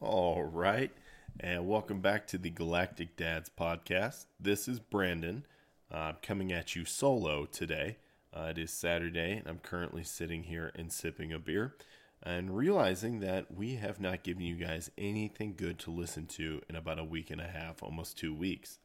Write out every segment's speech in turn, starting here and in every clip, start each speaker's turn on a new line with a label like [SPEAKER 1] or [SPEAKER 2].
[SPEAKER 1] All right. And welcome back to the Galactic Dads podcast. This is Brandon. I'm coming at you solo today. Uh, it is Saturday, and I'm currently sitting here and sipping a beer and realizing that we have not given you guys anything good to listen to in about a week and a half, almost two weeks.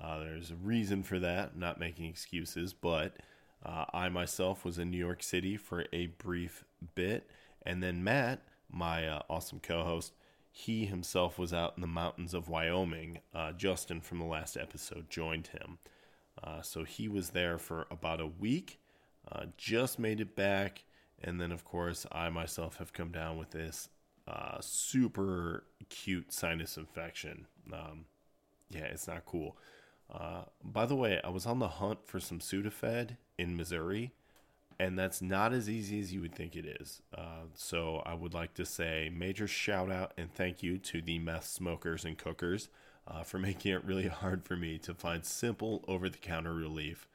[SPEAKER 1] Uh, there's a reason for that. I'm not making excuses, but uh, I myself was in New York City for a brief bit, and then Matt, my uh, awesome co-host, he himself was out in the mountains of Wyoming. Uh, Justin from the last episode joined him, uh, so he was there for about a week. Uh, just made it back, and then of course I myself have come down with this uh, super cute sinus infection. Um, yeah, it's not cool. Uh, by the way, I was on the hunt for some Sudafed in Missouri, and that's not as easy as you would think it is. Uh, so I would like to say major shout out and thank you to the meth smokers and cookers uh, for making it really hard for me to find simple over the counter relief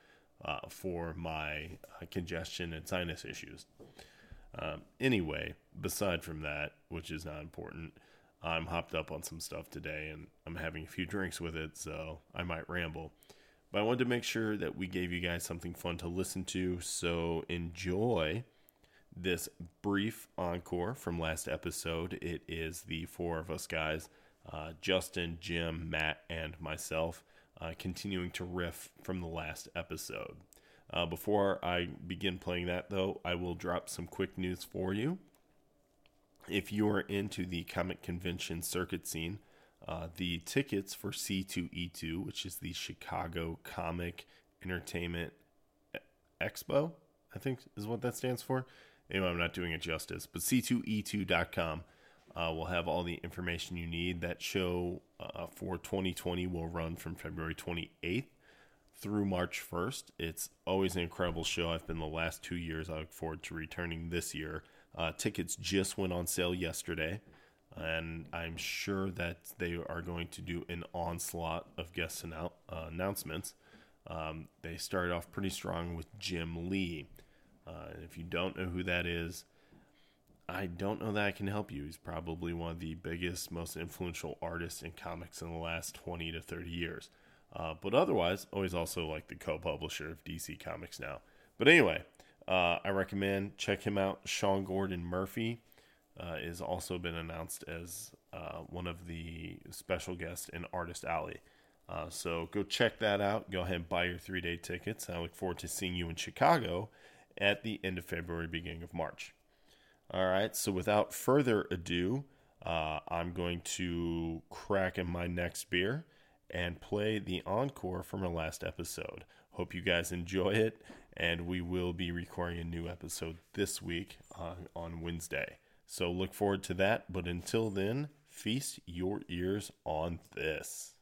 [SPEAKER 1] uh, for my uh, congestion and sinus issues. Um, anyway, beside from that, which is not important, I'm hopped up on some stuff today and I'm having a few drinks with it, so I might ramble. But I wanted to make sure that we gave you guys something fun to listen to, so enjoy this brief encore from last episode. It is the four of us guys uh, Justin, Jim, Matt, and myself uh, continuing to riff from the last episode. Uh, before I begin playing that, though, I will drop some quick news for you if you are into the comic convention circuit scene, uh, the tickets for C2E2, which is the Chicago Comic Entertainment E- Expo, I think is what that stands for. Anyway, I'm not doing it justice, but E C2E2.com uh, will have all the information you need. That show uh, for 2020 will run from February 28th through March 1st. It's always an incredible show. I've been the last two years. I look forward to returning this year. Uh, tickets just went on sale yesterday, and I'm sure that they are going to do an onslaught of guest annou- uh, announcements. Um, they started off pretty strong with Jim Lee. Uh, and if you don't know who that is, I don't know that I can help you. He's probably one of the biggest, most influential artists in comics in the last 20 to 30 years. Uh, but otherwise, always also like the co publisher of DC Comics now. But anyway, uh, I recommend check him out. Sean Gordon Murphy uh, is also been announced as uh, one of the special guests in Artist Alley. Uh, so go check that out. Go ahead and buy your three day tickets. I look forward to seeing you in Chicago at the end of February, beginning of March. All right. So without further ado, uh, I'm going to crack in my next beer and play the encore from our last episode. Hope you guys enjoy it. And we will be recording a new episode this week on, on Wednesday. So look forward to that. But until then, feast your ears on this.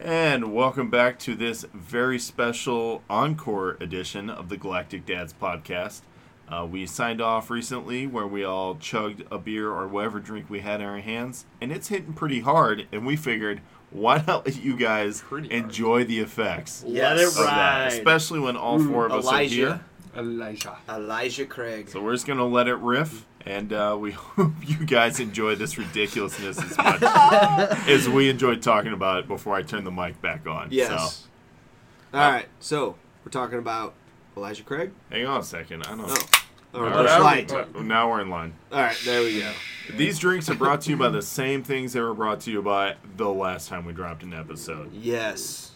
[SPEAKER 1] And welcome back to this very special encore edition of the Galactic Dads podcast. Uh, we signed off recently where we all chugged a beer or whatever drink we had in our hands, and it's hitting pretty hard. And we figured, why not let you guys
[SPEAKER 2] Pretty hard.
[SPEAKER 1] enjoy the effects?
[SPEAKER 3] Let
[SPEAKER 2] Yes.
[SPEAKER 3] it
[SPEAKER 1] of that,
[SPEAKER 3] ride.
[SPEAKER 1] especially when all four of us
[SPEAKER 3] Elijah.
[SPEAKER 1] are here.
[SPEAKER 2] Elijah.
[SPEAKER 3] Elijah Craig.
[SPEAKER 1] So we're just gonna let it riff, and uh, we hope you guys enjoy this ridiculousness as much as we enjoyed talking about it before I turn the mic back on.
[SPEAKER 3] Yes. All right. So we're talking about Elijah Craig.
[SPEAKER 1] So hang on a second. I don't.
[SPEAKER 3] Oh, or
[SPEAKER 1] All
[SPEAKER 3] Bush
[SPEAKER 1] right,
[SPEAKER 3] Light.
[SPEAKER 1] now we're in line.
[SPEAKER 3] All right, there we go.
[SPEAKER 1] These drinks are brought to you by the same things they were brought to you by the last time we dropped an episode.
[SPEAKER 3] Yes.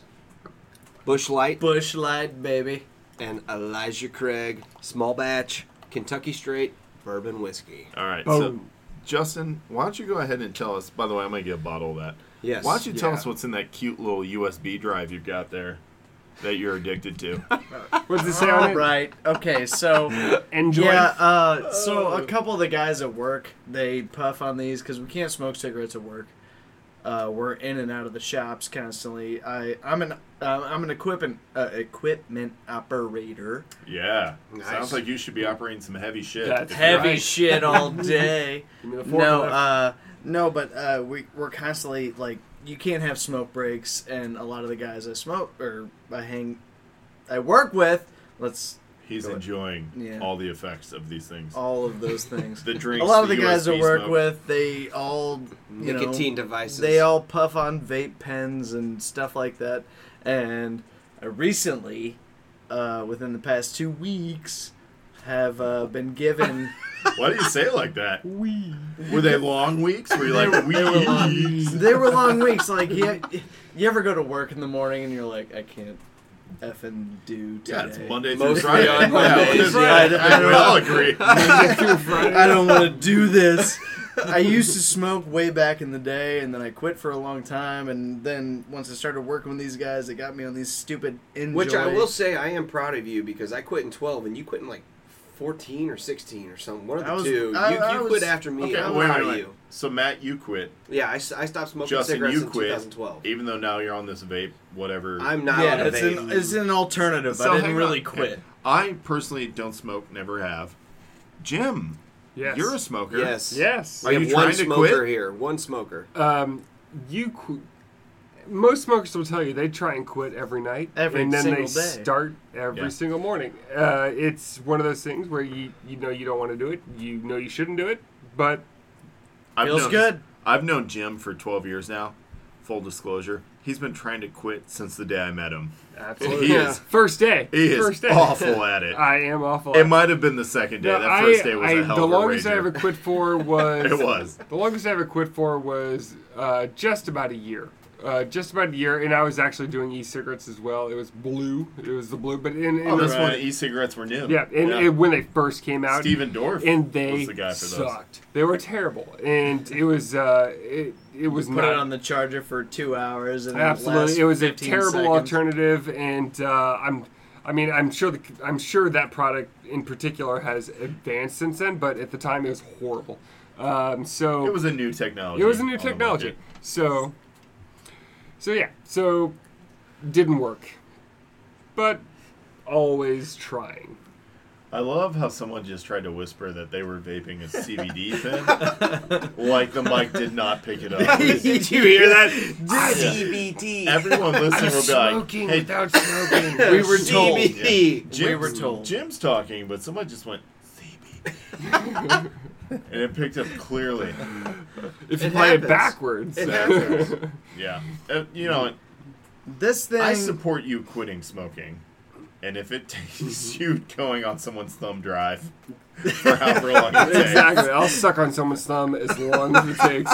[SPEAKER 3] Bush Light
[SPEAKER 4] Bushlight, baby.
[SPEAKER 3] and Elijah Craig, small batch Kentucky Straight bourbon whiskey.
[SPEAKER 1] All right, so
[SPEAKER 2] Boom.
[SPEAKER 1] Justin, why don't you go ahead and tell us? By the way, I'm gonna get a bottle of that.
[SPEAKER 3] Yes.
[SPEAKER 1] Why don't you tell
[SPEAKER 2] Yeah.
[SPEAKER 1] us what's in that cute little USB drive you've got there that you're addicted to?
[SPEAKER 2] What does it say on
[SPEAKER 4] All
[SPEAKER 2] it?
[SPEAKER 4] right. Okay. So
[SPEAKER 2] Enjoy.
[SPEAKER 4] yeah. Uh, so a couple of the guys at work they puff on these because we can't smoke cigarettes at work. Uh, we're in and out of the shops constantly. I I'm an uh, I'm an equipment uh, equipment operator.
[SPEAKER 1] yeah.
[SPEAKER 3] Nice.
[SPEAKER 1] Sounds like you should be operating some heavy shit.
[SPEAKER 2] That's
[SPEAKER 1] If you're
[SPEAKER 4] Heavy
[SPEAKER 2] Right.
[SPEAKER 4] shit all day.
[SPEAKER 2] Give me the fork
[SPEAKER 4] no.
[SPEAKER 2] and knife.
[SPEAKER 4] Uh, no. But uh, we we're constantly like you can't have smoke breaks and a lot of the guys I smoke or I hang I work with. Let's
[SPEAKER 1] He's enjoying
[SPEAKER 4] Yeah.
[SPEAKER 1] all the effects of these things.
[SPEAKER 4] all of those things.
[SPEAKER 1] The
[SPEAKER 4] a
[SPEAKER 1] drinks.
[SPEAKER 4] lot of the guys I
[SPEAKER 1] USB
[SPEAKER 4] work
[SPEAKER 1] smoke.
[SPEAKER 4] with, they all you know,
[SPEAKER 3] Nicotine devices.
[SPEAKER 4] They all puff on vape pens and stuff like that. And uh, recently, uh, within the past two weeks, have uh, been given.
[SPEAKER 1] Why do you say it like that? Were they long weeks? Were you like weeks?
[SPEAKER 4] they were long weeks. Like you, you ever go to work in the morning and you're like, I can't effing do today.
[SPEAKER 1] Yeah, it's Monday through
[SPEAKER 3] Mostly
[SPEAKER 1] Friday.
[SPEAKER 3] on
[SPEAKER 1] Yeah,
[SPEAKER 3] Mondays,
[SPEAKER 1] yeah,
[SPEAKER 4] yeah.
[SPEAKER 1] I- I- we all agree.
[SPEAKER 4] I don't want to do this. I used to smoke way back in the day, and then I quit for a long time. And then once I started working with these guys, they got me on these stupid enjoy.
[SPEAKER 3] Which I will say, I am proud of you because I quit in 12 and you quit in like 14 or 16 or something. One of the
[SPEAKER 4] I was-
[SPEAKER 3] two.
[SPEAKER 4] I-
[SPEAKER 3] you
[SPEAKER 4] I
[SPEAKER 3] you
[SPEAKER 4] was-
[SPEAKER 3] quit after me.
[SPEAKER 1] Okay,
[SPEAKER 3] I'm
[SPEAKER 1] wait,
[SPEAKER 3] proud
[SPEAKER 1] wait,
[SPEAKER 3] of
[SPEAKER 1] wait.
[SPEAKER 3] you.
[SPEAKER 1] So Matt, you quit.
[SPEAKER 3] Yeah, I, s- I stopped smoking
[SPEAKER 1] Justin,
[SPEAKER 3] cigarettes
[SPEAKER 1] you
[SPEAKER 3] in
[SPEAKER 1] quit.
[SPEAKER 3] 2012.
[SPEAKER 1] Even though now you're on this vape, whatever.
[SPEAKER 3] I'm not on
[SPEAKER 4] Yeah,
[SPEAKER 3] a
[SPEAKER 4] it's
[SPEAKER 3] vape.
[SPEAKER 4] an, it's an alternative.
[SPEAKER 5] So
[SPEAKER 4] I didn't
[SPEAKER 5] hang
[SPEAKER 4] really
[SPEAKER 5] on.
[SPEAKER 4] quit.
[SPEAKER 1] I personally don't smoke. Never have. Jim,
[SPEAKER 5] Yes.
[SPEAKER 1] you're a smoker.
[SPEAKER 3] yes.
[SPEAKER 5] Yes.
[SPEAKER 1] Are
[SPEAKER 3] We
[SPEAKER 1] you
[SPEAKER 3] have one
[SPEAKER 1] trying to
[SPEAKER 3] smoker
[SPEAKER 1] quit?
[SPEAKER 3] here. One smoker.
[SPEAKER 4] Uh,
[SPEAKER 5] Um, you. Qu- most smokers will tell you they try and quit every night,
[SPEAKER 4] Every
[SPEAKER 5] and then they
[SPEAKER 4] single day.
[SPEAKER 5] start every
[SPEAKER 1] Yeah.
[SPEAKER 5] single morning. Uh, it's one of those things where you you know you don't want to do it, you know you shouldn't do it, but
[SPEAKER 1] I've
[SPEAKER 4] Feels
[SPEAKER 1] known,
[SPEAKER 4] good.
[SPEAKER 1] I've known Jim for 12 years now. Full disclosure, he's been trying to quit since the day I met him.
[SPEAKER 5] absolutely
[SPEAKER 1] He is-
[SPEAKER 5] first day.
[SPEAKER 1] He is
[SPEAKER 5] first day.
[SPEAKER 1] awful at it.
[SPEAKER 5] I am awful.
[SPEAKER 1] It might have been the second day.
[SPEAKER 5] No,
[SPEAKER 1] that first
[SPEAKER 5] I-
[SPEAKER 1] day was
[SPEAKER 5] I-
[SPEAKER 1] a hell
[SPEAKER 5] the
[SPEAKER 1] of a
[SPEAKER 5] longest I
[SPEAKER 1] rager.
[SPEAKER 5] ever quit for was
[SPEAKER 1] It was.
[SPEAKER 5] the longest I ever quit for was uh, just about a year. Uh, just about a year, and I was actually doing e-cigarettes as well. It was blue. It was the blue, but in, in
[SPEAKER 1] Oh, that's
[SPEAKER 5] the-
[SPEAKER 1] when e-cigarettes were new.
[SPEAKER 5] yeah, and it- when they first came out,
[SPEAKER 1] Steven Dorff
[SPEAKER 5] and they
[SPEAKER 1] was the guy for those.
[SPEAKER 5] sucked. They were terrible, and it was uh, it it was
[SPEAKER 4] Put
[SPEAKER 5] not
[SPEAKER 4] it on the charger for two hours, and
[SPEAKER 5] absolutely. It was a terrible alternative,
[SPEAKER 4] alternative.
[SPEAKER 5] and uh, I'm. I mean, I'm sure the, I'm sure that product in particular has advanced since then, but at the time it was horrible. Um, so
[SPEAKER 1] It was a new technology.
[SPEAKER 5] it was a
[SPEAKER 1] on
[SPEAKER 5] new
[SPEAKER 1] the
[SPEAKER 5] technology.
[SPEAKER 1] market.
[SPEAKER 5] So, so yeah, so didn't work, but always trying.
[SPEAKER 1] I love how someone just tried to whisper that they were vaping a CBD pen, like the mic did not pick it up.
[SPEAKER 4] Did you hear that?
[SPEAKER 3] CBT.
[SPEAKER 1] Everyone listening will be like,
[SPEAKER 5] Smoking
[SPEAKER 1] "Hey,
[SPEAKER 5] without smoking.
[SPEAKER 4] We were told.
[SPEAKER 3] CBT.
[SPEAKER 1] Jim's,
[SPEAKER 4] were told.
[SPEAKER 1] Jim's talking, but someone just went CBD, and it picked up clearly.
[SPEAKER 5] if you
[SPEAKER 3] It
[SPEAKER 5] play
[SPEAKER 3] happens.
[SPEAKER 5] it backwards.
[SPEAKER 3] It happens.
[SPEAKER 1] Backwards. uh, Yeah, Uh, you know,
[SPEAKER 4] This thing.
[SPEAKER 1] I support you quitting smoking, and if it
[SPEAKER 3] Mm-hmm.
[SPEAKER 1] takes you going on someone's thumb drive for however long it takes,
[SPEAKER 5] Exactly. I'll suck on someone's thumb as long as it takes.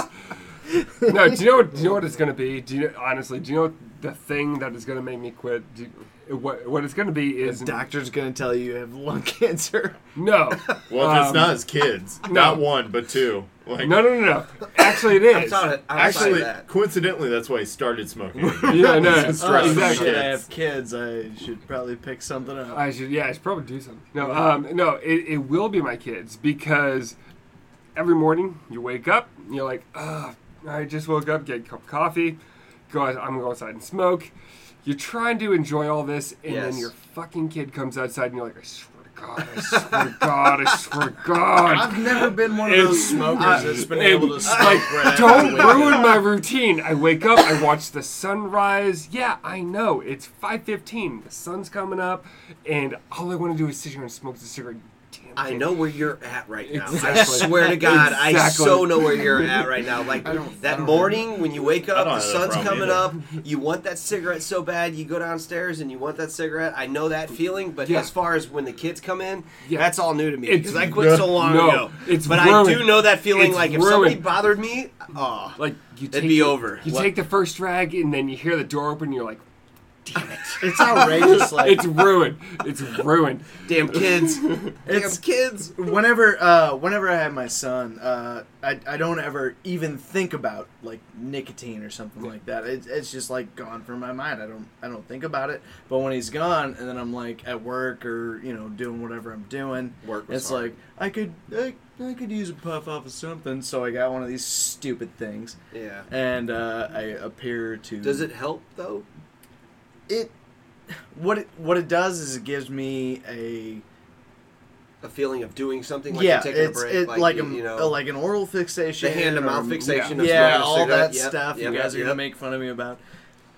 [SPEAKER 5] No, do you know what? Do you know what it's gonna be? Do you know, honestly? Do you know what the thing that is gonna make me quit? Do you, what what it's gonna be is
[SPEAKER 4] doctor's gonna tell you you have lung cancer.
[SPEAKER 5] no,
[SPEAKER 1] well, if it's
[SPEAKER 5] Um,
[SPEAKER 1] not his kids, not one but two, like.
[SPEAKER 5] no, no, no, no. Actually, it is.
[SPEAKER 3] Outside of- outside of
[SPEAKER 1] Actually,
[SPEAKER 3] that.
[SPEAKER 1] coincidentally, that's why he started smoking.
[SPEAKER 5] Yeah, no.
[SPEAKER 1] It's stress.
[SPEAKER 5] exactly.
[SPEAKER 4] Oh, shit, I have kids. I should probably pick something up.
[SPEAKER 5] I should, yeah, I should probably do something. No, um, no, it, it will be my kids because every morning you wake up, and you're like, Ugh, I just woke up, get a cup of coffee, go. out- I'm gonna go outside and smoke. You're trying to enjoy all this, and
[SPEAKER 3] Yes.
[SPEAKER 5] then your fucking kid comes outside, and you're like, I swear to God, I swear to God, I swear to God.
[SPEAKER 4] I've never been one of those
[SPEAKER 5] It's-
[SPEAKER 4] smokers
[SPEAKER 5] I-
[SPEAKER 4] that's been
[SPEAKER 5] it-
[SPEAKER 4] able to smoke. right after
[SPEAKER 5] Don't
[SPEAKER 4] waking
[SPEAKER 5] ruin
[SPEAKER 4] up.
[SPEAKER 5] my routine. I wake up, I watch the sunrise. Yeah, I know. It's 5:15. The sun's coming up and all I want to do is sit here and smoke the cigarette. Damn
[SPEAKER 3] I
[SPEAKER 5] thing.
[SPEAKER 3] know where you're at right now. I
[SPEAKER 5] Exactly.
[SPEAKER 3] swear to God, I
[SPEAKER 5] Exactly.
[SPEAKER 3] so know where you're at right now. Like that morning when you wake
[SPEAKER 1] don't
[SPEAKER 3] up, the
[SPEAKER 1] have that
[SPEAKER 3] sun's
[SPEAKER 1] problem
[SPEAKER 3] coming
[SPEAKER 1] either.
[SPEAKER 3] up. You want that cigarette so bad. You go downstairs and you want that cigarette. I know that feeling. But
[SPEAKER 5] Yeah.
[SPEAKER 3] as far as when the kids come in,
[SPEAKER 5] Yeah.
[SPEAKER 3] that's all new to me
[SPEAKER 5] It's-
[SPEAKER 3] because I quit so long
[SPEAKER 5] no,
[SPEAKER 3] ago.
[SPEAKER 5] it's
[SPEAKER 3] but I do
[SPEAKER 5] ruined.
[SPEAKER 3] know that feeling.
[SPEAKER 5] It's
[SPEAKER 3] like if somebody
[SPEAKER 5] ruined.
[SPEAKER 3] bothered me, oh,
[SPEAKER 5] Like you take
[SPEAKER 3] It'd be
[SPEAKER 5] the-
[SPEAKER 3] over.
[SPEAKER 5] You
[SPEAKER 3] What-
[SPEAKER 5] take the first drag and then you hear the door open. And you're like,
[SPEAKER 4] It's outrageous. Like
[SPEAKER 5] it's ruined. It's ruined.
[SPEAKER 3] damn kids,
[SPEAKER 4] It's-
[SPEAKER 3] damn kids.
[SPEAKER 4] whenever uh whenever I have my son, uh I, I don't ever even think about like nicotine or something like that. It's it's just like gone from my mind. I don't I don't think about it. But when he's gone and then I'm like at work or, you know, doing whatever I'm doing,
[SPEAKER 3] Work was
[SPEAKER 4] it's
[SPEAKER 3] hard.
[SPEAKER 4] like I could I, I could use a puff off of something, so I got one of these stupid things.
[SPEAKER 3] Yeah.
[SPEAKER 4] And uh I appear to
[SPEAKER 3] Does it help though?
[SPEAKER 4] it what it what it does is it gives me a
[SPEAKER 3] A feeling of doing something like
[SPEAKER 4] yeah,
[SPEAKER 3] you're taking
[SPEAKER 4] it's
[SPEAKER 3] a break,
[SPEAKER 4] it,
[SPEAKER 3] like,
[SPEAKER 4] like,
[SPEAKER 3] you,
[SPEAKER 4] a,
[SPEAKER 3] you know,
[SPEAKER 4] uh, like an oral fixation,
[SPEAKER 3] the hand to mouth
[SPEAKER 4] or-
[SPEAKER 3] fixation.
[SPEAKER 4] yeah,
[SPEAKER 3] of
[SPEAKER 4] yeah,
[SPEAKER 3] smoking a
[SPEAKER 4] all
[SPEAKER 3] cigarette.
[SPEAKER 4] that
[SPEAKER 3] Yep,
[SPEAKER 4] stuff.
[SPEAKER 3] yep,
[SPEAKER 4] you guys are
[SPEAKER 3] yep.
[SPEAKER 4] gonna make fun of me about.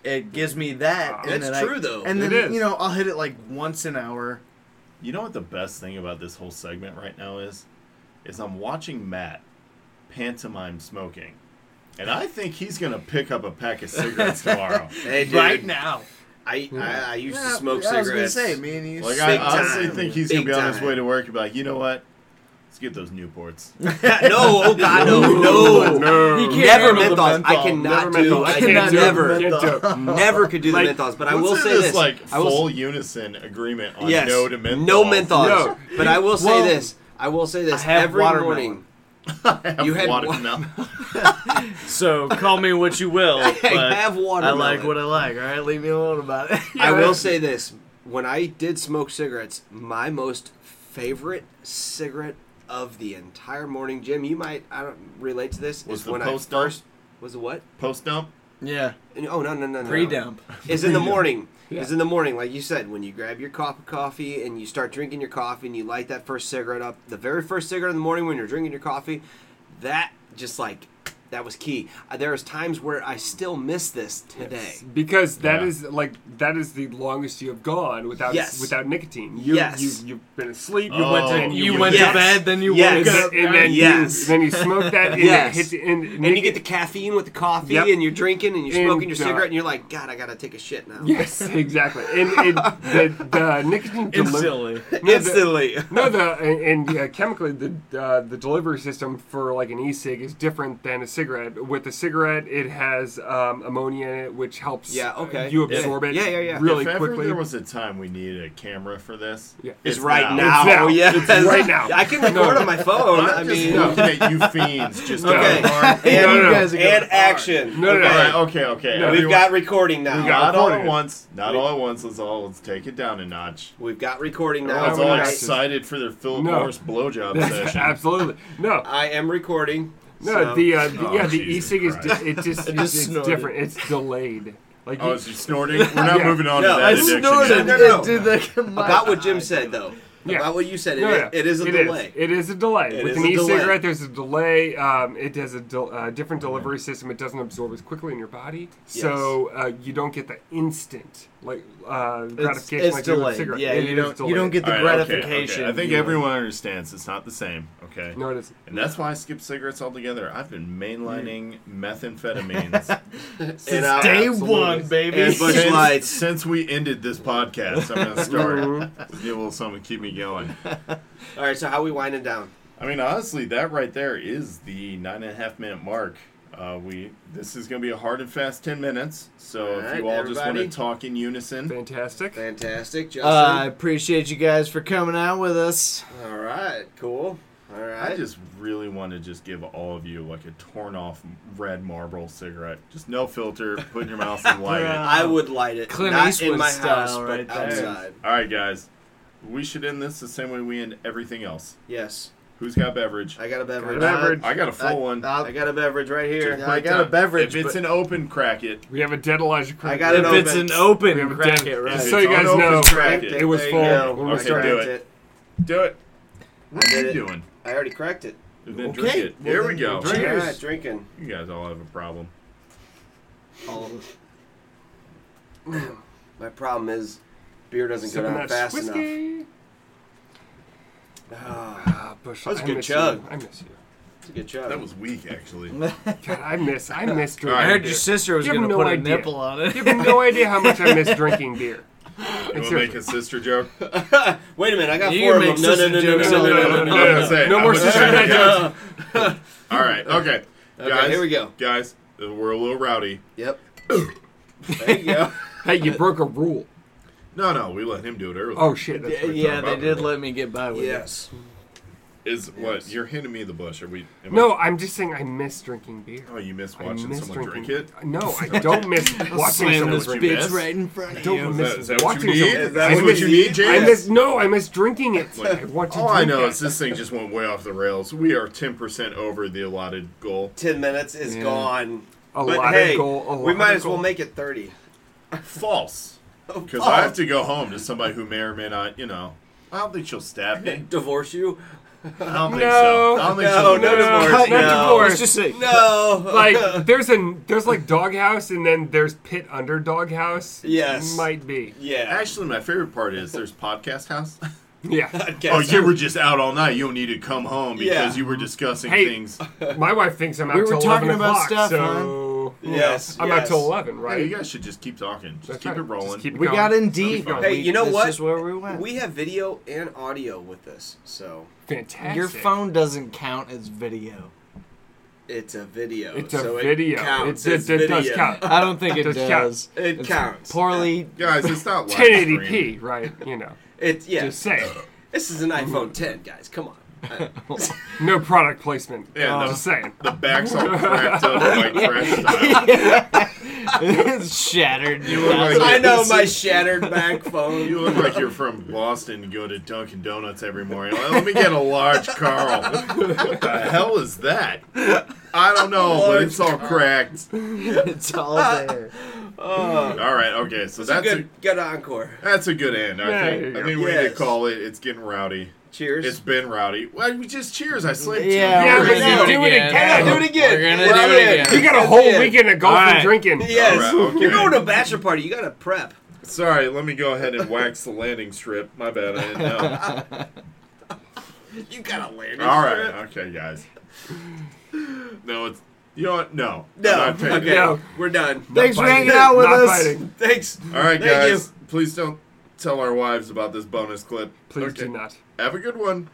[SPEAKER 4] It gives me that.
[SPEAKER 5] Wow.
[SPEAKER 4] and
[SPEAKER 3] That's
[SPEAKER 4] then I-
[SPEAKER 3] true, though.
[SPEAKER 4] And
[SPEAKER 5] It
[SPEAKER 4] then
[SPEAKER 5] is.
[SPEAKER 4] you know I'll hit it like once an hour,
[SPEAKER 1] You know what the best thing about this whole segment right now is? Is I'm watching Matt pantomime smoking. And I think he's going to pick up a pack of cigarettes tomorrow.
[SPEAKER 3] Hey, dude,
[SPEAKER 4] right now.
[SPEAKER 3] I, I, I used
[SPEAKER 4] Yeah,
[SPEAKER 3] to smoke
[SPEAKER 4] yeah,
[SPEAKER 3] cigarettes.
[SPEAKER 4] I was gonna say, me and you.
[SPEAKER 1] Like, I
[SPEAKER 3] Big
[SPEAKER 1] honestly
[SPEAKER 3] time.
[SPEAKER 1] think he's going to
[SPEAKER 3] Big
[SPEAKER 1] be on his
[SPEAKER 3] time.
[SPEAKER 1] way to work and be like, you know what? Let's get those Newports.
[SPEAKER 3] no, oh god, no, no.
[SPEAKER 4] He can't
[SPEAKER 3] Never
[SPEAKER 4] handle the
[SPEAKER 3] menthols. I
[SPEAKER 4] menthol.
[SPEAKER 5] Never
[SPEAKER 3] cannot do.
[SPEAKER 5] menthols. I
[SPEAKER 3] I
[SPEAKER 5] cannot
[SPEAKER 3] can
[SPEAKER 5] do it.
[SPEAKER 3] never,
[SPEAKER 5] Can't do it.
[SPEAKER 3] never could do the
[SPEAKER 5] Like,
[SPEAKER 3] menthols. But I
[SPEAKER 1] What's
[SPEAKER 3] will
[SPEAKER 1] in
[SPEAKER 3] say
[SPEAKER 1] this,
[SPEAKER 3] this:
[SPEAKER 1] like
[SPEAKER 3] I will,
[SPEAKER 1] full unison agreement on
[SPEAKER 3] yes,
[SPEAKER 1] no to menthols.
[SPEAKER 3] no menthols.
[SPEAKER 5] No.
[SPEAKER 3] But I will say
[SPEAKER 4] Well,
[SPEAKER 3] this: I will say this
[SPEAKER 4] I have
[SPEAKER 3] every
[SPEAKER 4] watermelon.
[SPEAKER 3] morning.
[SPEAKER 1] Have
[SPEAKER 3] You had
[SPEAKER 1] watermelon.
[SPEAKER 4] So call me what you will. But
[SPEAKER 3] I have
[SPEAKER 4] I
[SPEAKER 3] watermelon.
[SPEAKER 4] like what I like. All right, leave me alone about it.
[SPEAKER 3] I will say this: when I did smoke cigarettes, my most favorite cigarette of the entire morning, Jim, you might I don't relate to this.
[SPEAKER 1] Was
[SPEAKER 3] is
[SPEAKER 1] the
[SPEAKER 3] when
[SPEAKER 1] post
[SPEAKER 3] I
[SPEAKER 1] dump?
[SPEAKER 3] first was the what?
[SPEAKER 1] Post dump?
[SPEAKER 4] yeah,
[SPEAKER 3] Oh no no no no!
[SPEAKER 4] pre-dump.
[SPEAKER 3] is in the morning.
[SPEAKER 5] Yeah.
[SPEAKER 3] Is in the morning, like you said, when you grab your cup of coffee and you start drinking your coffee and you light that first cigarette up, the very first cigarette in the morning when you're drinking your coffee, that just like that was key. Uh, There was times where I still miss this today.
[SPEAKER 5] because that
[SPEAKER 1] Yeah.
[SPEAKER 5] is like that is the longest you have gone without
[SPEAKER 3] Yes.
[SPEAKER 5] without nicotine. You,
[SPEAKER 3] Yes.
[SPEAKER 5] you you've been asleep.
[SPEAKER 1] You went to-
[SPEAKER 5] and
[SPEAKER 1] Oh. you
[SPEAKER 4] You went
[SPEAKER 3] Yes.
[SPEAKER 4] to bed, then you
[SPEAKER 3] Yes.
[SPEAKER 4] woke up.
[SPEAKER 5] and, then
[SPEAKER 3] Yes.
[SPEAKER 5] you then you smoke that and
[SPEAKER 3] Yes.
[SPEAKER 5] it hits and,
[SPEAKER 3] And you get the caffeine with the coffee,
[SPEAKER 5] Yep.
[SPEAKER 3] and you're drinking, and you're
[SPEAKER 5] And,
[SPEAKER 3] smoking your
[SPEAKER 5] uh,
[SPEAKER 3] cigarette, and you're like, God, I gotta take a shit now.
[SPEAKER 5] yes exactly and, and the, the nicotine delivery
[SPEAKER 4] Instantly.
[SPEAKER 3] Instantly.
[SPEAKER 5] no the and, and uh, chemically the uh, the delivery system for like an e-cig is different than a cigarette with a cigarette it has um, ammonia in it which helps
[SPEAKER 3] Yeah, okay.
[SPEAKER 5] you absorb it
[SPEAKER 3] Yeah, yeah, yeah.
[SPEAKER 5] really
[SPEAKER 1] if ever
[SPEAKER 5] quickly
[SPEAKER 1] there was a time we needed a camera for this,
[SPEAKER 5] Yeah.
[SPEAKER 3] It's right now.
[SPEAKER 5] It's now.
[SPEAKER 3] Yes.
[SPEAKER 5] It's right now.
[SPEAKER 3] I can record on my phone.
[SPEAKER 1] I'm
[SPEAKER 3] Oh, I
[SPEAKER 1] just
[SPEAKER 3] mean,
[SPEAKER 1] looking at you fiends. Just
[SPEAKER 3] Okay.
[SPEAKER 1] going hard.
[SPEAKER 3] and,
[SPEAKER 5] No, no, no.
[SPEAKER 4] guys are going
[SPEAKER 3] and
[SPEAKER 4] hard.
[SPEAKER 3] action.
[SPEAKER 5] No, no, no.
[SPEAKER 1] All
[SPEAKER 3] Okay.
[SPEAKER 1] right, okay, okay.
[SPEAKER 5] No,
[SPEAKER 1] Everyone-
[SPEAKER 3] We've got recording now.
[SPEAKER 5] We've got
[SPEAKER 1] not all at
[SPEAKER 5] recorded.
[SPEAKER 1] once. Not all at once. Let's all let's take it down a notch.
[SPEAKER 3] We've got recording now.
[SPEAKER 1] Everyone's
[SPEAKER 5] we're
[SPEAKER 1] all
[SPEAKER 5] not.
[SPEAKER 1] excited for their Philip
[SPEAKER 5] No.
[SPEAKER 1] Morris blowjob session.
[SPEAKER 5] absolutely no
[SPEAKER 3] I am recording.
[SPEAKER 5] No,
[SPEAKER 3] so-
[SPEAKER 5] the, uh, the
[SPEAKER 1] Oh,
[SPEAKER 5] yeah, the
[SPEAKER 1] Jesus
[SPEAKER 5] e-cig is
[SPEAKER 1] Christ.
[SPEAKER 5] di- it just,
[SPEAKER 4] It
[SPEAKER 5] it's,
[SPEAKER 4] just
[SPEAKER 5] it's
[SPEAKER 4] snorted.
[SPEAKER 5] different. It's delayed. Like
[SPEAKER 1] Oh,
[SPEAKER 5] you-
[SPEAKER 1] is he snorting? We're not
[SPEAKER 5] Yeah.
[SPEAKER 1] moving on
[SPEAKER 3] No,
[SPEAKER 1] to
[SPEAKER 3] I
[SPEAKER 1] that addiction.
[SPEAKER 4] snorted.
[SPEAKER 1] yet.
[SPEAKER 3] No, no, no.
[SPEAKER 4] It did the- my
[SPEAKER 3] about what Jim
[SPEAKER 4] eye.
[SPEAKER 3] said though.
[SPEAKER 5] Yeah.
[SPEAKER 3] About what you said. It,
[SPEAKER 5] No, no,
[SPEAKER 3] it is a
[SPEAKER 5] it
[SPEAKER 3] delay.
[SPEAKER 5] It is a delay.
[SPEAKER 3] It
[SPEAKER 5] With
[SPEAKER 3] is
[SPEAKER 5] an
[SPEAKER 3] a delay.
[SPEAKER 5] e-cigarette, there's a delay. Um, it has a del- uh, different
[SPEAKER 1] Oh,
[SPEAKER 5] delivery system. It doesn't absorb as quickly in your body, so uh, you don't get the instant like uh,
[SPEAKER 4] It's,
[SPEAKER 5] gratification
[SPEAKER 4] it's
[SPEAKER 5] like you do with a
[SPEAKER 4] delayed.
[SPEAKER 5] cigarette.
[SPEAKER 4] Yeah,
[SPEAKER 5] It
[SPEAKER 4] you
[SPEAKER 5] is
[SPEAKER 4] don't. You
[SPEAKER 5] delayed.
[SPEAKER 4] don't get the
[SPEAKER 1] All right, okay, okay.
[SPEAKER 4] gratification.
[SPEAKER 1] I think
[SPEAKER 4] you-
[SPEAKER 1] everyone understands. It's not the same. Okay.
[SPEAKER 5] No, it is.
[SPEAKER 1] And that's why I skipped cigarettes altogether. I've been mainlining methamphetamines
[SPEAKER 3] And, uh,
[SPEAKER 4] Day
[SPEAKER 3] absolutely.
[SPEAKER 4] one, baby.
[SPEAKER 3] And Bush
[SPEAKER 1] since,
[SPEAKER 3] Lights.
[SPEAKER 1] since we ended this podcast. I'm gonna start need a little something to keep me going.
[SPEAKER 3] All right. So how we winding down?
[SPEAKER 1] I mean, honestly, that right there is the nine and a half minute mark. Uh, we this is gonna be a hard and fast ten minutes. So
[SPEAKER 3] All
[SPEAKER 1] if
[SPEAKER 3] right,
[SPEAKER 1] you all just want to
[SPEAKER 3] everybody.
[SPEAKER 1] talk in unison,
[SPEAKER 5] Fantastic.
[SPEAKER 3] Fantastic, Justin.
[SPEAKER 4] Uh, I appreciate you guys for coming out with us.
[SPEAKER 3] All right. Cool. All
[SPEAKER 1] I
[SPEAKER 3] right.
[SPEAKER 1] just really want to just give all of you like a torn off red Marlboro cigarette, just no filter, put in your mouth and light it.
[SPEAKER 3] I would light it.
[SPEAKER 4] Clint
[SPEAKER 3] Not in
[SPEAKER 4] Eastwood
[SPEAKER 3] my
[SPEAKER 4] style
[SPEAKER 3] house, but
[SPEAKER 4] right there.
[SPEAKER 3] outside.
[SPEAKER 1] All right, guys, we should end this the same way we end everything else.
[SPEAKER 3] Yes.
[SPEAKER 1] Who's got beverage?
[SPEAKER 3] I got a beverage.
[SPEAKER 5] Got a beverage.
[SPEAKER 1] I got a full
[SPEAKER 3] I-
[SPEAKER 1] one.
[SPEAKER 4] I'll-
[SPEAKER 3] I got a beverage right here.
[SPEAKER 4] I got a beverage.
[SPEAKER 1] if it's
[SPEAKER 4] but
[SPEAKER 1] an open, crack it.
[SPEAKER 5] We have a dead Elijah. Craig.
[SPEAKER 3] I got it
[SPEAKER 4] if it's an
[SPEAKER 5] We have
[SPEAKER 4] open
[SPEAKER 5] a
[SPEAKER 4] crack
[SPEAKER 1] If
[SPEAKER 5] dead-
[SPEAKER 4] it,
[SPEAKER 5] Just
[SPEAKER 4] right?
[SPEAKER 1] it's
[SPEAKER 5] so you guys
[SPEAKER 1] unopened,
[SPEAKER 5] know,
[SPEAKER 1] crack it.
[SPEAKER 5] It was
[SPEAKER 3] There you
[SPEAKER 5] full
[SPEAKER 3] go.
[SPEAKER 5] when we
[SPEAKER 3] I
[SPEAKER 1] started.
[SPEAKER 3] cracked
[SPEAKER 1] Do it. Do it. What are
[SPEAKER 3] Did
[SPEAKER 1] you
[SPEAKER 3] it.
[SPEAKER 1] doing?
[SPEAKER 3] I already cracked it.
[SPEAKER 1] And then
[SPEAKER 4] Okay.
[SPEAKER 1] drink it.
[SPEAKER 4] Well,
[SPEAKER 1] Here we
[SPEAKER 4] then
[SPEAKER 1] go.
[SPEAKER 4] we'll drink
[SPEAKER 5] Cheers.
[SPEAKER 3] All right, drinking.
[SPEAKER 1] You guys all have a problem.
[SPEAKER 4] All of us.
[SPEAKER 3] My problem is beer doesn't go
[SPEAKER 5] Sipping
[SPEAKER 3] down
[SPEAKER 5] that
[SPEAKER 3] fast enough.
[SPEAKER 5] whiskey.
[SPEAKER 3] Ah,
[SPEAKER 5] Ah, Bush.
[SPEAKER 3] That was a
[SPEAKER 5] I
[SPEAKER 3] good
[SPEAKER 5] miss
[SPEAKER 3] chug.
[SPEAKER 5] You. I miss you.
[SPEAKER 3] it's a good chug.
[SPEAKER 1] That was weak, actually.
[SPEAKER 5] God, I miss. I miss drinking.
[SPEAKER 1] All right.
[SPEAKER 4] I
[SPEAKER 5] beer.
[SPEAKER 4] heard your sister was
[SPEAKER 5] You have
[SPEAKER 4] gonna
[SPEAKER 5] no
[SPEAKER 4] put
[SPEAKER 5] idea.
[SPEAKER 4] a nipple on it.
[SPEAKER 5] You have no idea how much I miss drinking beer.
[SPEAKER 1] You want to make
[SPEAKER 5] seriously.
[SPEAKER 1] a sister joke?
[SPEAKER 3] Wait a minute, I got
[SPEAKER 4] You
[SPEAKER 3] four of
[SPEAKER 4] make
[SPEAKER 3] them. No, no, no,
[SPEAKER 4] sister
[SPEAKER 3] no,
[SPEAKER 4] jokes
[SPEAKER 3] no,
[SPEAKER 4] all day
[SPEAKER 3] no, no,
[SPEAKER 4] long.
[SPEAKER 1] I was gonna
[SPEAKER 3] no, no.
[SPEAKER 1] say,
[SPEAKER 5] No
[SPEAKER 1] I
[SPEAKER 5] more
[SPEAKER 1] was
[SPEAKER 5] sister
[SPEAKER 1] gonna
[SPEAKER 5] dad
[SPEAKER 1] say-
[SPEAKER 5] jokes.
[SPEAKER 1] All right. Okay.
[SPEAKER 3] Okay,
[SPEAKER 1] guys,
[SPEAKER 3] here we go.
[SPEAKER 1] Guys, we're a little rowdy.
[SPEAKER 3] Yep. there you go.
[SPEAKER 5] Hey, you broke a rule.
[SPEAKER 1] No, no, we let him do it earlier.
[SPEAKER 5] Oh shit. That's right.
[SPEAKER 4] yeah, they
[SPEAKER 1] about
[SPEAKER 4] did
[SPEAKER 1] it.
[SPEAKER 4] let me get by with it.
[SPEAKER 3] Yes.
[SPEAKER 1] Is what you're handing me the bush? Are we? am I-
[SPEAKER 5] No, I'm just saying I miss drinking beer.
[SPEAKER 1] Oh, you miss
[SPEAKER 5] I
[SPEAKER 1] watching
[SPEAKER 5] miss
[SPEAKER 1] someone
[SPEAKER 5] drinking.
[SPEAKER 1] drink it.
[SPEAKER 5] No, I don't miss watching
[SPEAKER 4] Slam
[SPEAKER 5] someone
[SPEAKER 4] this
[SPEAKER 1] what
[SPEAKER 5] drink.
[SPEAKER 1] you
[SPEAKER 4] bitch
[SPEAKER 1] miss?
[SPEAKER 4] right in front of
[SPEAKER 5] Don't
[SPEAKER 4] you.
[SPEAKER 1] Is
[SPEAKER 5] miss-
[SPEAKER 1] that- is that what
[SPEAKER 5] watching
[SPEAKER 1] you need?
[SPEAKER 5] someone-
[SPEAKER 1] Is
[SPEAKER 5] I
[SPEAKER 1] that what
[SPEAKER 5] miss-
[SPEAKER 1] you need,
[SPEAKER 5] I
[SPEAKER 1] James?
[SPEAKER 5] miss. No, I miss drinking it. I want to
[SPEAKER 1] All I
[SPEAKER 5] drink
[SPEAKER 1] know
[SPEAKER 5] that.
[SPEAKER 1] is this thing just went way off the rails. We are 10% over the allotted goal.
[SPEAKER 3] Ten minutes is
[SPEAKER 5] Yeah.
[SPEAKER 3] gone.
[SPEAKER 5] a
[SPEAKER 3] But
[SPEAKER 5] lot
[SPEAKER 3] hey,
[SPEAKER 5] of goal. A lot
[SPEAKER 3] we might
[SPEAKER 5] of
[SPEAKER 3] as well
[SPEAKER 5] goal.
[SPEAKER 3] make it thirty.
[SPEAKER 1] False.
[SPEAKER 3] Oh,
[SPEAKER 1] Because I have to go home to somebody who may or may not, you know. I don't think she'll stab me.
[SPEAKER 3] Divorce you?
[SPEAKER 1] I don't think
[SPEAKER 5] No.
[SPEAKER 1] so. I don't think
[SPEAKER 3] No,
[SPEAKER 1] she'll
[SPEAKER 3] no,
[SPEAKER 1] do
[SPEAKER 3] no,
[SPEAKER 1] it.
[SPEAKER 3] divorce,
[SPEAKER 5] Cut,
[SPEAKER 3] no.
[SPEAKER 5] Not
[SPEAKER 4] Let's
[SPEAKER 5] divorce.
[SPEAKER 4] just say
[SPEAKER 3] No.
[SPEAKER 5] like there's a there's like doghouse and then there's pit under doghouse.
[SPEAKER 3] Yes.
[SPEAKER 5] might be.
[SPEAKER 3] yeah.
[SPEAKER 1] Actually, my favorite part is there's podcast house.
[SPEAKER 5] Yeah.
[SPEAKER 1] Oh, you were just out all night. You don't need to come home because
[SPEAKER 3] Yeah.
[SPEAKER 1] you were discussing
[SPEAKER 5] Hey.
[SPEAKER 1] things.
[SPEAKER 5] My wife thinks I'm out
[SPEAKER 4] We were
[SPEAKER 5] till
[SPEAKER 4] talking
[SPEAKER 5] 11
[SPEAKER 4] about
[SPEAKER 5] o'clock,
[SPEAKER 4] stuff,
[SPEAKER 5] so
[SPEAKER 3] Yes,
[SPEAKER 5] I'm out
[SPEAKER 3] yes.
[SPEAKER 5] till 11, right?
[SPEAKER 1] Hey, you guys should just keep talking. Just
[SPEAKER 5] That's
[SPEAKER 1] keep
[SPEAKER 5] right.
[SPEAKER 1] it rolling.
[SPEAKER 5] Just keep it
[SPEAKER 4] We
[SPEAKER 5] going.
[SPEAKER 4] got in deep.
[SPEAKER 5] Keep going.
[SPEAKER 3] Hey, you know
[SPEAKER 4] this
[SPEAKER 3] what?
[SPEAKER 4] is where we went.
[SPEAKER 3] We have video and audio with this, so
[SPEAKER 5] Fantastic.
[SPEAKER 4] Your phone doesn't count as video.
[SPEAKER 3] it's a video.
[SPEAKER 5] It's a
[SPEAKER 3] so
[SPEAKER 5] video.
[SPEAKER 3] It counts.
[SPEAKER 5] It- it-
[SPEAKER 3] It's
[SPEAKER 5] it does
[SPEAKER 3] video.
[SPEAKER 5] count.
[SPEAKER 4] I don't think it
[SPEAKER 5] Does count.
[SPEAKER 4] does.
[SPEAKER 3] It
[SPEAKER 4] It's
[SPEAKER 3] counts.
[SPEAKER 4] Poorly.
[SPEAKER 1] Guys, it's not live
[SPEAKER 5] 1080p, right? You know,
[SPEAKER 3] It yeah.
[SPEAKER 5] just saying.
[SPEAKER 3] This is an iPhone 10, guys. Come on. I-
[SPEAKER 5] No product placement.
[SPEAKER 1] Yeah, no.
[SPEAKER 5] just saying.
[SPEAKER 1] The back's all cracked up like crash style.
[SPEAKER 4] it's shattered.
[SPEAKER 1] You look like
[SPEAKER 3] I know my shattered back phone.
[SPEAKER 1] You look like you're from Boston and go to Dunkin' Donuts every morning. Well, let me get a large Carl. What the hell is that? I don't know, but it's all cracked.
[SPEAKER 4] It's all there.
[SPEAKER 1] All right, okay, so that's a,
[SPEAKER 3] Oh, good, good encore.
[SPEAKER 1] that's a good end. I
[SPEAKER 5] Yeah, there
[SPEAKER 1] think,
[SPEAKER 5] you
[SPEAKER 1] I
[SPEAKER 5] go.
[SPEAKER 1] think we need to
[SPEAKER 3] Yes.
[SPEAKER 1] call it. It's getting rowdy.
[SPEAKER 3] Cheers.
[SPEAKER 1] It's been rowdy. Well, we just cheers. I slept.
[SPEAKER 4] Yeah,
[SPEAKER 5] Yeah,
[SPEAKER 4] we're
[SPEAKER 5] but
[SPEAKER 4] gonna
[SPEAKER 5] now do it again.
[SPEAKER 3] Do it again.
[SPEAKER 4] We're gonna
[SPEAKER 3] Well,
[SPEAKER 4] do it
[SPEAKER 3] yeah.
[SPEAKER 5] You
[SPEAKER 4] again.
[SPEAKER 5] got a
[SPEAKER 3] That's
[SPEAKER 5] whole
[SPEAKER 3] it.
[SPEAKER 5] weekend of golfing
[SPEAKER 4] All right.
[SPEAKER 5] drinking.
[SPEAKER 3] yes.
[SPEAKER 1] All right, okay.
[SPEAKER 3] You're going to a bachelor party. You got to prep.
[SPEAKER 1] Sorry, let me go ahead and wax the landing strip. My bad, I didn't know.
[SPEAKER 3] You got to land.
[SPEAKER 1] All right, okay, guys. No, it's you know what? No, I'm
[SPEAKER 3] No.
[SPEAKER 1] not taking it.
[SPEAKER 3] Okay.
[SPEAKER 5] No.
[SPEAKER 3] We're done.
[SPEAKER 4] Thanks for
[SPEAKER 5] Fighting.
[SPEAKER 4] hanging out with
[SPEAKER 5] Not
[SPEAKER 4] us.
[SPEAKER 5] fighting.
[SPEAKER 3] Thanks.
[SPEAKER 1] All right,
[SPEAKER 3] Thank
[SPEAKER 1] guys.
[SPEAKER 3] you.
[SPEAKER 1] Please don't tell our wives about this bonus clip.
[SPEAKER 5] Please
[SPEAKER 1] Okay.
[SPEAKER 5] do not.
[SPEAKER 1] Have a good one.